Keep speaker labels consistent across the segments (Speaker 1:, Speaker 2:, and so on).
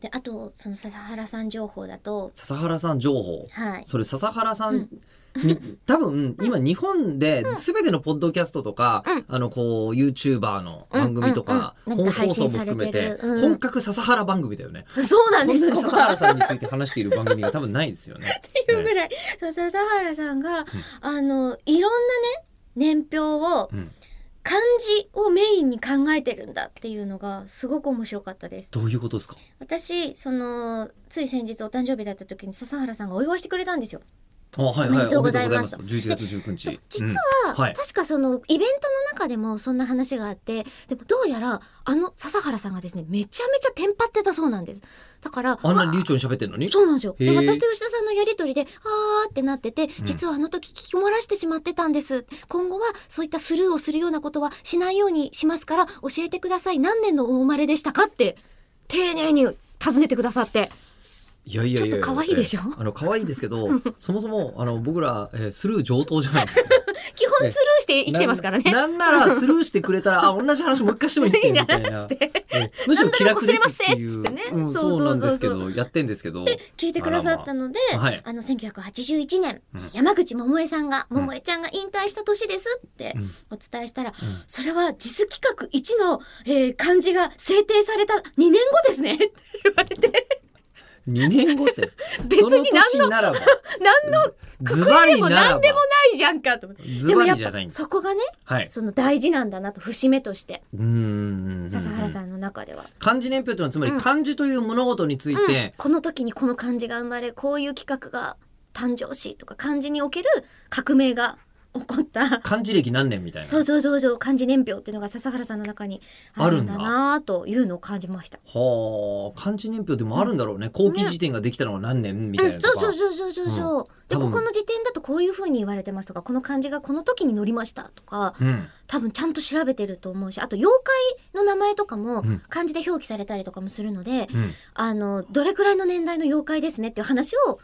Speaker 1: であとその笹原さん情報だと
Speaker 2: 笹原さん情報。
Speaker 1: はい
Speaker 2: それ笹原さ
Speaker 1: うんん
Speaker 2: に、多分今日本で全てのポッドキャストとか、
Speaker 1: うん
Speaker 2: あのこう YouTuber の番組とか、
Speaker 1: うんうんうんなんか
Speaker 2: 本
Speaker 1: 配
Speaker 2: 放送も
Speaker 1: 信されて
Speaker 2: 含め
Speaker 1: る
Speaker 2: て、
Speaker 1: うん
Speaker 2: 本格笹原番組だよね。
Speaker 1: そうな
Speaker 2: こ
Speaker 1: ん
Speaker 2: んな
Speaker 1: で
Speaker 2: に
Speaker 1: す
Speaker 2: 笹原さんについて話している番組が多分ないですよね。
Speaker 1: っていうぐらい、 そう笹原さんが、あのいろんなね年表を
Speaker 2: うん
Speaker 1: 漢字をメインに考えてるんだっていうのがすごく面白かったです。
Speaker 2: どういうことですか
Speaker 1: 私そのつい先日お誕生日だった時に笹原さんがお祝いしてくれたんですよ。
Speaker 2: あはい
Speaker 1: おめ
Speaker 2: はい、
Speaker 1: でとうございます
Speaker 2: おめでとうございます11月19
Speaker 1: そ
Speaker 2: 日
Speaker 1: う。実
Speaker 2: う
Speaker 1: は、
Speaker 2: んはい
Speaker 1: 確かそのイベントの中でもそんな話があってでもどうやらあの笹原さんがですねめちゃめちゃテンパってたそうなんです。だから
Speaker 2: うん、あんな流暢に喋ってるのに
Speaker 1: そうなんですよ。
Speaker 2: へ
Speaker 1: で、
Speaker 2: ー
Speaker 1: 私と吉田さんのやりとりで、あーってなってて、実はあの時聞き漏らしてしまってたんです。今後はそういったスルーをするようなことはしないようにしますから、教えてください。何年のお生まれでしたかって、丁寧に尋ねてくださって。
Speaker 2: いやいやいや
Speaker 1: ちょっと可愛いでしょ
Speaker 2: ええあの可愛いですけ どそもそもあの僕ら、えースルー上等じゃないですか
Speaker 1: 基本スルーして生きてますからね。
Speaker 2: なんなんならスルーしてくれたらあ同じ話もう一回してもいいですよみたい な
Speaker 1: つって
Speaker 2: ええむしろ気楽ですっていう
Speaker 1: なんでも擦れませんっつってね
Speaker 2: うん
Speaker 1: そうそう
Speaker 2: そうなんですけ
Speaker 1: そう
Speaker 2: どやってんですけど
Speaker 1: 聞いてくださったので、あ
Speaker 2: あらまあはい
Speaker 1: の、1981年、
Speaker 2: うん
Speaker 1: 山口百恵さんが、
Speaker 2: ん
Speaker 1: 百恵ちゃんが引退した年ですって
Speaker 2: うん
Speaker 1: お伝えしたら、それは実企画1の、えー漢字が制定された2年後ですね って言われて、
Speaker 2: 2年後って
Speaker 1: 別に何の
Speaker 2: その年なら ば
Speaker 1: 何の
Speaker 2: ズバリ
Speaker 1: も
Speaker 2: ならば
Speaker 1: 何でもないじゃんかと思って。
Speaker 2: ズバリじ
Speaker 1: でもや
Speaker 2: ゃないん
Speaker 1: っぱ
Speaker 2: です
Speaker 1: そこがね、
Speaker 2: はい
Speaker 1: その大事なんだなと、節目として、
Speaker 2: うーん
Speaker 1: 笹原さんの中では。
Speaker 2: 漢字年表というのはつまり
Speaker 1: うん
Speaker 2: 漢字という物事につい
Speaker 1: うん
Speaker 2: て、
Speaker 1: この時にこの漢字が生まれ、こういう企画が誕生しとか、漢字における革命が起こった。
Speaker 2: 漢字歴何年みたいな
Speaker 1: そうそうそうそう漢字年表っていうのが笹原さんの中にあるんだなというのを感じました。
Speaker 2: はあ漢字年表でもあるんだろうね後期辞典ができたのは何年みたいな
Speaker 1: うん、
Speaker 2: と
Speaker 1: そうそ
Speaker 2: か、
Speaker 1: うそうそうそうそう、で
Speaker 2: 多
Speaker 1: こ
Speaker 2: 分
Speaker 1: この時点だとこういう風に言われてますとかこの漢字がこの時に乗りましたとか
Speaker 2: うん
Speaker 1: 多分ちゃんと調べてると思うしあと妖怪の名前とかも
Speaker 2: うん
Speaker 1: 漢字で表記されたりとかもするので、
Speaker 2: うん、
Speaker 1: あのどれくらいの年代の妖怪ですねっていう話を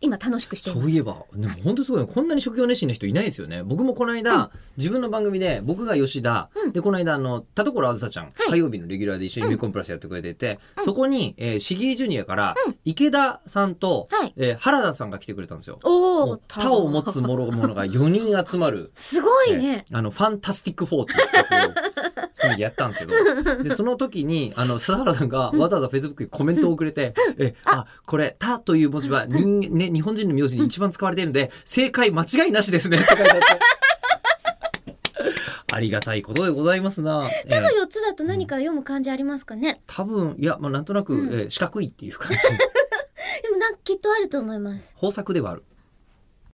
Speaker 1: 今楽しくしてい
Speaker 2: そ
Speaker 1: ます。
Speaker 2: ういえばでも本当すごいねこんなに職業熱心な人いないですよね僕もこの間、自分の番組で僕が吉田、
Speaker 1: うん
Speaker 2: でこの間あの田所あずさちゃん、火曜日のレギュラーで一緒に「ミューコンプラス」やってくれてて、そこに、えー、シギージュニアから、池田さんと、
Speaker 1: はい
Speaker 2: えー原田さんが来てくれたんですよ。
Speaker 1: お
Speaker 2: も
Speaker 1: お
Speaker 2: う他を持つ者者が4人集まる
Speaker 1: すごい
Speaker 2: ね
Speaker 1: ね。
Speaker 2: あの、ファンタスティック4っていう曲 を、そのやったんですけど、で、その時に、あの、笹原さんがわざわざ Facebook にコメントをくれて、え、あ、これ、たという文字は人、ね、日本人の名字に一番使われているので、正解間違いなしですねって書いてあ って。ありがたいことでございますな。え
Speaker 1: 他の
Speaker 2: え
Speaker 1: 四つだと何か読む漢字ありますかね。
Speaker 2: 多分、いや、まあ、なんとなく、えー四角いっていう感じ。
Speaker 1: でもなんかきっとあると思います。
Speaker 2: 豊作ではある。